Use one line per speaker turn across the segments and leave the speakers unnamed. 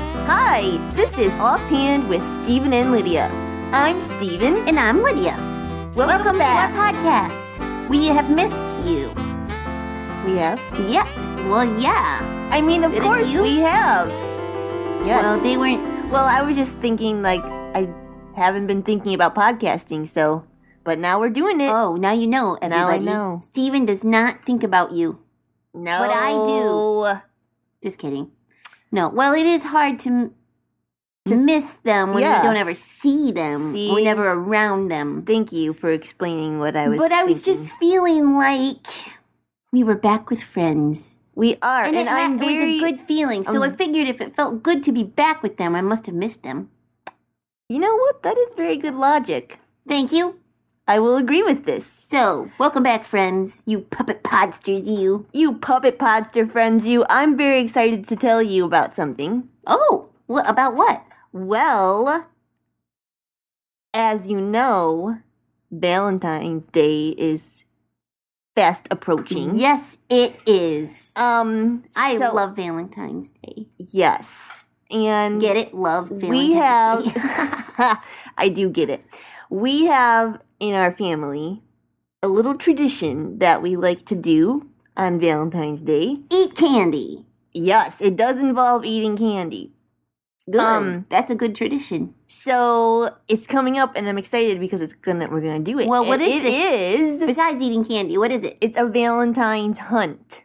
right. This is Offhand with Stephen and Lydia. I'm Stephen.
And I'm Lydia.
Welcome,
Welcome to our
back.
podcast. We have missed you.
We have?
Yep. Well, yeah.
I mean, of
It is
course
you?
we have. Yes.
Well, they weren't.
Well, I was just thinking, like, I haven't been thinking about podcasting, so, but now we're doing it.
Oh, now you know,
Now I
everybody.
know.
Steven does not think about you.
no.
but I do. Just kidding. No. Well, it is hard to m- to miss them when
Yeah.
you don't ever see them.
See?
We're never around them.
Thank you for explaining what I was
but I was
thinking.
just feeling like we were back with friends.
We are, and,
it, ma-
I'm
it
very. um
was a good feeling. So
I'm-
I figured if it felt good to be back with them, I must have missed them.
you know what? That is very good logic.
Thank you.
I will agree with this.
So, welcome back, friends. You puppet podsters, you.
You puppet podster friends, you. I'm very excited to tell you about something.
Oh, what about what?
Well, as you know, Valentine's Day is fast approaching.
Yes, it is.
Um,
I
so-
love Valentine's Day.
yes, and
Get it? Love Valentine's
we have.
Day.
I do get it. We have in our family a little tradition that we like to do on Valentine's Day.
Eat candy.
Yes, it does involve eating candy.
Good.
Um,
That's a good tradition.
So it's coming up, and I'm excited because it's gonna we're gonna do it.
Well, what
And
is
it is-
Besides eating candy, what is it?
It's a Valentine's hunt.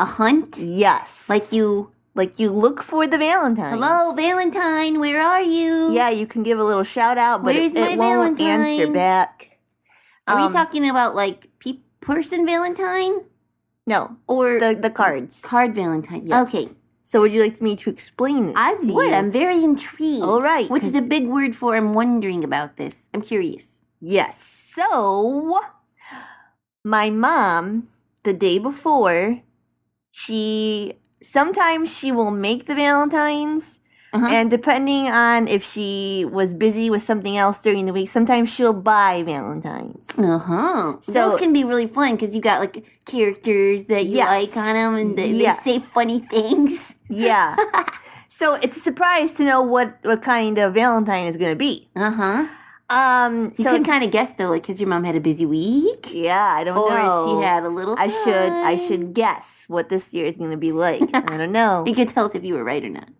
A hunt?
Yes,
Like you.
like you look for the Valentine.
Hello, Valentine. Where are you?
Yeah, you can give a little shout out, but
Where's
it, it
my
won't answer
Valentine?
back.
Are
Um,
we talking about like pe- person Valentine
No,
or
the the cards.
card Valentine?
Yes.
Okay,
So would you like me to explain this?
I
to
would.
you?
I'm very intrigued.
All right,
which is
'cause-
a big word for I'm wondering about this. I'm curious.
Yes. So, my mom, the day before, she sometimes she will make the Valentines.
Uh-huh.
And depending on if she was busy with something else during the week, sometimes she'll buy Valentines.
Uh huh.
So-
So those can be really fun because you got like characters that you
Yes.
like on them, and they,
Yes.
they say funny things.
Yeah. so it's a surprise to know what, what kind of Valentine is going to be.
Uh huh.
Uh-huh. Um,
You
so
can kind of guess though, like, because your mom had a busy week,
yeah, I don't
or
know.
she had a little.
Oh, I should I
time.
should guess what this year is going to be like. I don't know.
You could tell us if you were right or not.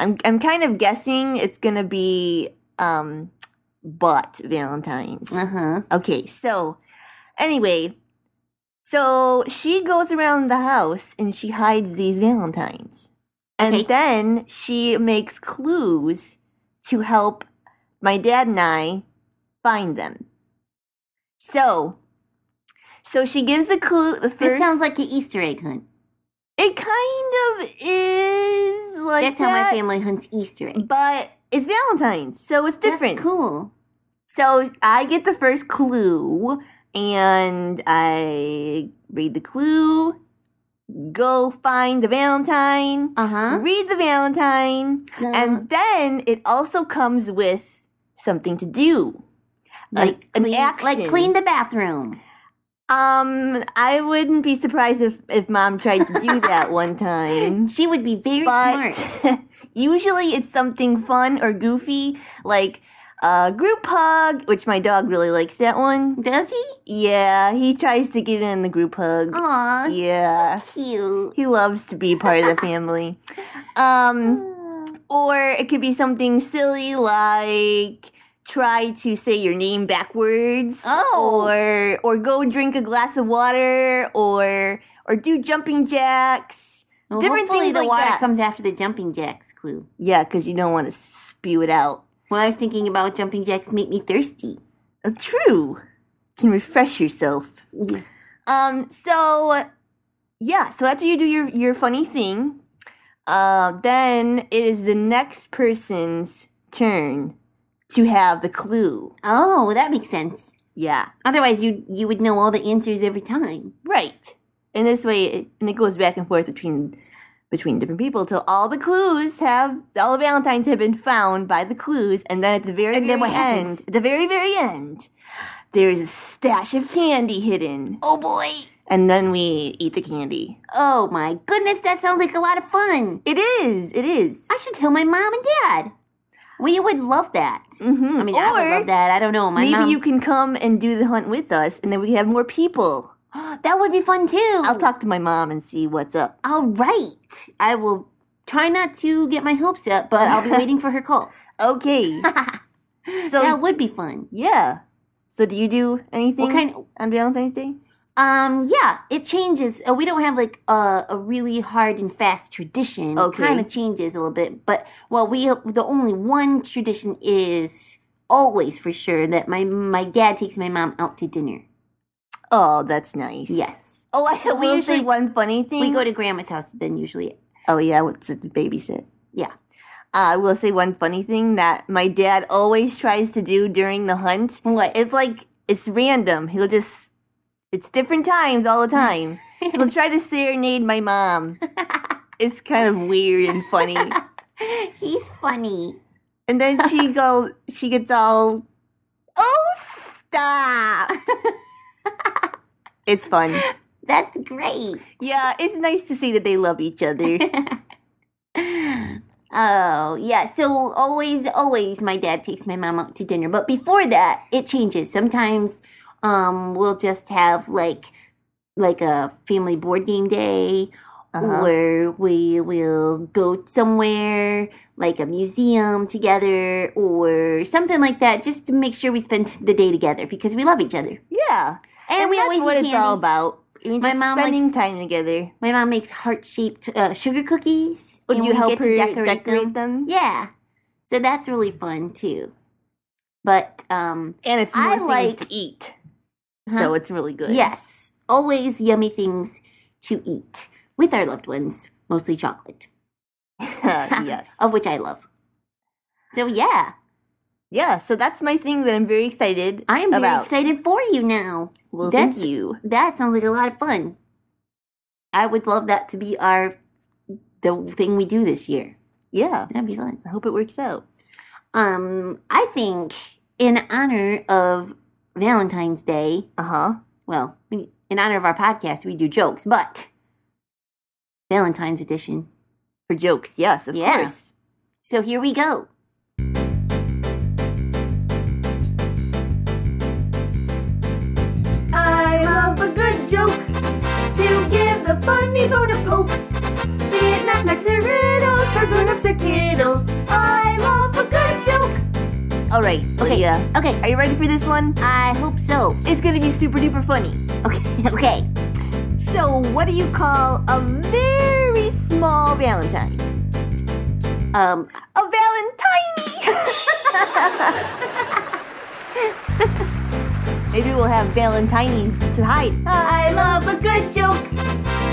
I'm I'm kind of guessing it's gonna be um but Valentine's.
Uh huh.
Okay, so anyway, so she goes around the house and she hides these Valentines. And
Okay.
then she makes clues to help my dad and I find them. So so she gives the clue the first
This sounds like an Easter egg hunt.
it kind of is like
That's how my
that
family hunts Easter eggs.
but it's Valentine's, so it's different.
That's cool.
So I get the first clue, and I read the clue, go find the Valentine,
Uh huh.
read the Valentine,
Go-
and then it also comes with something to do. Like an
clean,
action.
Like clean the bathroom.
Um, I wouldn't be surprised if, if mom tried to do that one time.
She would be very
but
smart.
usually it's something fun or goofy like a group hug which my dog really likes that one
Does he?
yeah he tries to get in the group hug
Aw,
yeah
cute.
he loves to be part of the family um or it could be something silly like try to say your name backwards
Oh.
or or go drink a glass of water or or do jumping jacks
Well,
different
hopefully
things
the
like
water
that.
comes after the jumping jacks clue.
yeah because you don't want to spew it out
Well, I was thinking about jumping jacks make me thirsty.
Uh, true. Can refresh yourself.
Yeah.
Um. So, yeah. So after you do your your funny thing, uh, then it is the next person's turn to have the clue.
Oh, that makes sense.
Yeah.
Otherwise, you you would know all the answers every time.
Right. And this way, it, and it goes back and forth between between different people till all the clues have all the Valentines have been found by the clues, and then at the very
And
very
then what
end,
happens?
at the very very end, there is a stash of candy hidden.
Oh boy!
and then we eat the candy.
Oh my goodness, that sounds like a lot of fun.
It is. It is.
I should tell my mom and dad. We would love that.
Mm-hmm.
I mean,
or
I would love that. I don't know. My
maybe
mom,
you can come and do the hunt with us, and then we can have more people.
that would be fun too.
I'll talk to my mom and see what's up.
All right. I will try not to get my hopes up, but I'll be waiting for her call.
Okay. so
That would be fun.
yeah. So do you do anything
What kind?
on Valentine's Day?
Um, yeah, it changes. Uh, we don't have like a, a really hard and fast tradition.
Okay.
It kind of changes a little bit, but well, we the only one tradition is always for sure that my my dad takes my mom out to dinner.
Oh, that's nice.
Yes.
Oh, I
we
will say
usually-
one funny thing.
We go to grandma's house then usually.
oh yeah, what's a babysit?
Yeah.
I will say one funny thing that my dad always tries to do during the hunt.
What?
It's like it's random. He'll just it's different times all the time. He'll try to serenade my mom. It's kind of weird and funny.
He's funny.
And then she goes she gets all Oh stop It's fun.
That's great.
Yeah, it's nice to see that they love each other.
Oh, yeah. So always, always my dad takes my mom out to dinner. But before that, it changes. Sometimes um we'll just have like like a family board game day
Uh-huh.
or we will go somewhere like a museum together or something like that just to make sure we spend the day together because we love each other.
Yeah.
And, we
that's
always
what
eat
it's all
candy.
about. You're
My
just
mom
spending time together.
My mom makes heart-shaped uh, sugar cookies.
Would
and
you
we
help
get
her
to
decorate, them?
them. Yeah. So that's really fun too. But um
And it's more
I
things
like-
to eat.
Huh?
So it's really good.
yes, always yummy things to eat with our loved ones, mostly chocolate,
Uh, yes.
of which I love. So yeah,
Yeah, so that's my thing that I'm very excited
I am very
about.
excited for you now.
Well, thank
That's-
you.
That sounds like a lot of fun. I would love that to be our the thing we do this year.
Yeah.
That'd be fun.
I hope it works out.
Um I think in honor of Valentine's Day,
Uh-huh.
well, we, in honor of our podcast, we do jokes, but Valentine's edition.
For jokes, yes, of
Yeah.
course.
So here we go.
I love a good joke to give the funny bone a poke. Be it knock-knocks or riddles for grown-ups or kiddles. I love a good joke. All right, okay. Lydia,
Okay,
are you ready for this one?
I hope so.
It's gonna be super duper funny.
Okay, okay.
So, what do you call a very small Valentine?
Um,
A Valentine! Maybe we'll have Valentines to hide. I love a good joke.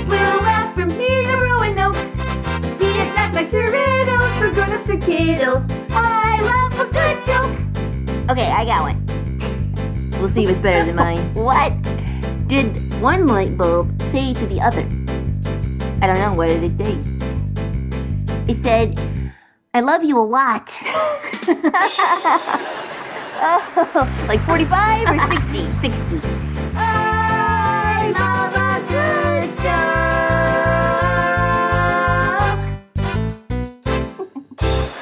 We'll laugh from here to Roanoke. Be it knock-knocks or riddles for grown-ups or kiddles. I love a good joke.
okay, I got one.
We'll see if it's better than mine.
What did one light bulb say to the other?
I don't know. What did it say?
It said, I love you a lot.
Oh, like 45 or 60?
60.
I love a good joke.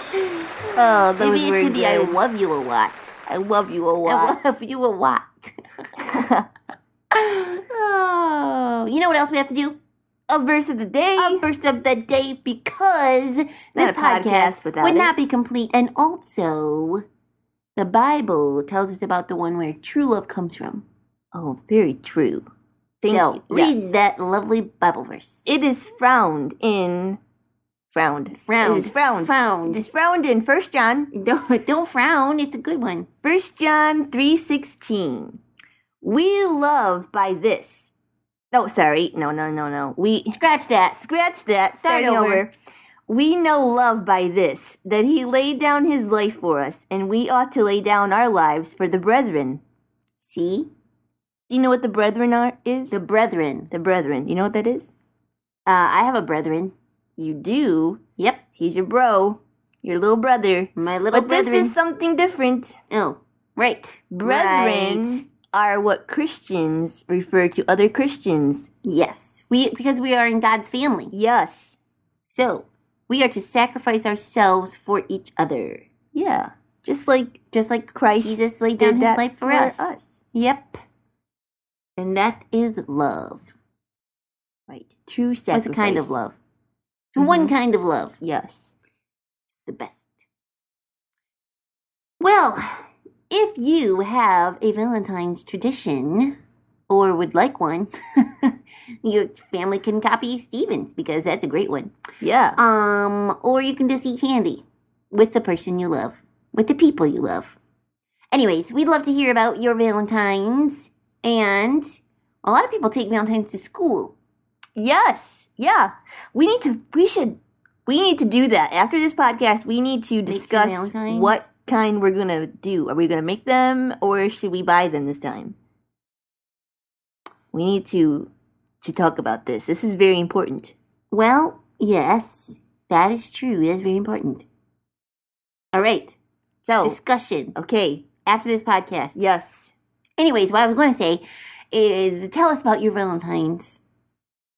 oh, that was
Maybe it
very
should be, I
good.
love you a lot.
I love you a
I
lot.
love you a lot. oh, you know what else we have to do?
A verse of the day.
a burst of the day because this
not a podcast
podcast,
without
would
it.
not be complete. And also, the Bible tells us about the one where true love comes from.
oh, very true. Thank
so
you.
read
Yes.
that lovely Bible verse.
It is frowned in. Frowned.
Frowned.
It is frowned.
Frowned.
It is frowned in First John.
Don't, don't frown. It's a good one.
First John 3:16. We love by this. Oh, sorry. No, no, no, no. We
Scratch that.
scratch that.
Start
Starting over.
over.
We know love by this that he laid down his life for us, and we ought to lay down our lives for the brethren.
See?
Do you know what the brethren are is?
The brethren.
the brethren. You know what that is?
Uh, I have a brethren.
You do.
Yep.
He's your bro, your little brother.
My little
But
brethren.
this is something different.
oh, right.
Brethren
Right.
are what Christians refer to other Christians.
Yes, we because we are in God's family.
Yes.
So we are to sacrifice ourselves for each other,
Yeah. Just like
just like
Christ
Jesus laid
did
down His
that
life for,
for
us.
us.
Yep. And that is love.
right, true sacrifice. Mm-hmm.
That's a kind of love. It's one kind of love.
Yes.
the best. Well, if you have a Valentine's tradition or would like one, your family can copy Stevens because that's a great one.
Yeah.
Um, or you can just eat candy with the person you love, with the people you love. Anyways, we'd love to hear about your Valentine's, and a lot of people take Valentine's to school.
Yes. Yeah. We need to. We should. We need to do that after this podcast. We need to
some
discuss
valentines?
what kind we're gonna do. Are we gonna make them, or should we buy them this time? We need to to talk about this. This is very important.
Well, yes, that is true. That's very important. All right.
So
discussion
okay.
after this podcast.
Yes.
Anyways, what I was going to say is tell us about your Valentines.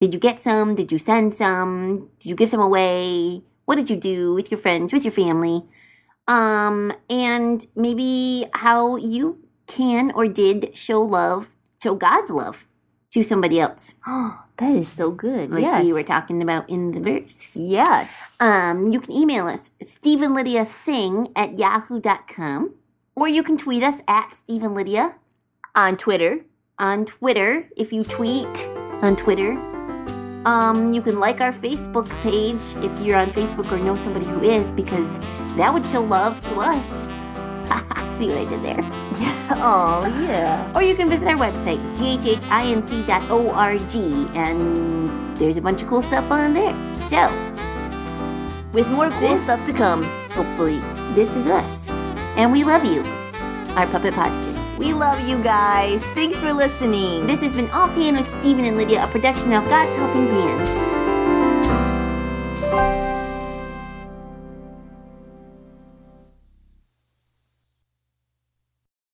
Did you get some? Did you send some? Did you give some away? What did you do with your friends, with your family? Um, and maybe how you can or did show love, show God's love to somebody else,
Oh, that is so good.
like
yes.
we were talking about in the verse.
yes.
Um, you can email us, Stephen Lydia Sing at yahoo.com, or you can tweet us at Stephen Lydia
On Twitter.
on Twitter if you tweet on Twitter. Um, you can like our Facebook page if you're on Facebook or know somebody who is, because that would show love to us. See what I did there?
Oh yeah.
Or you can visit our website, ghhinc.org, and there's a bunch of cool stuff on there. So,
With more cool
This-
stuff to come, hopefully.
This is us, and we love you, our puppet podsters.
We love you guys. Thanks for listening.
This has been All Pan with Stephen and Lydia, a production of God's Helping Hands.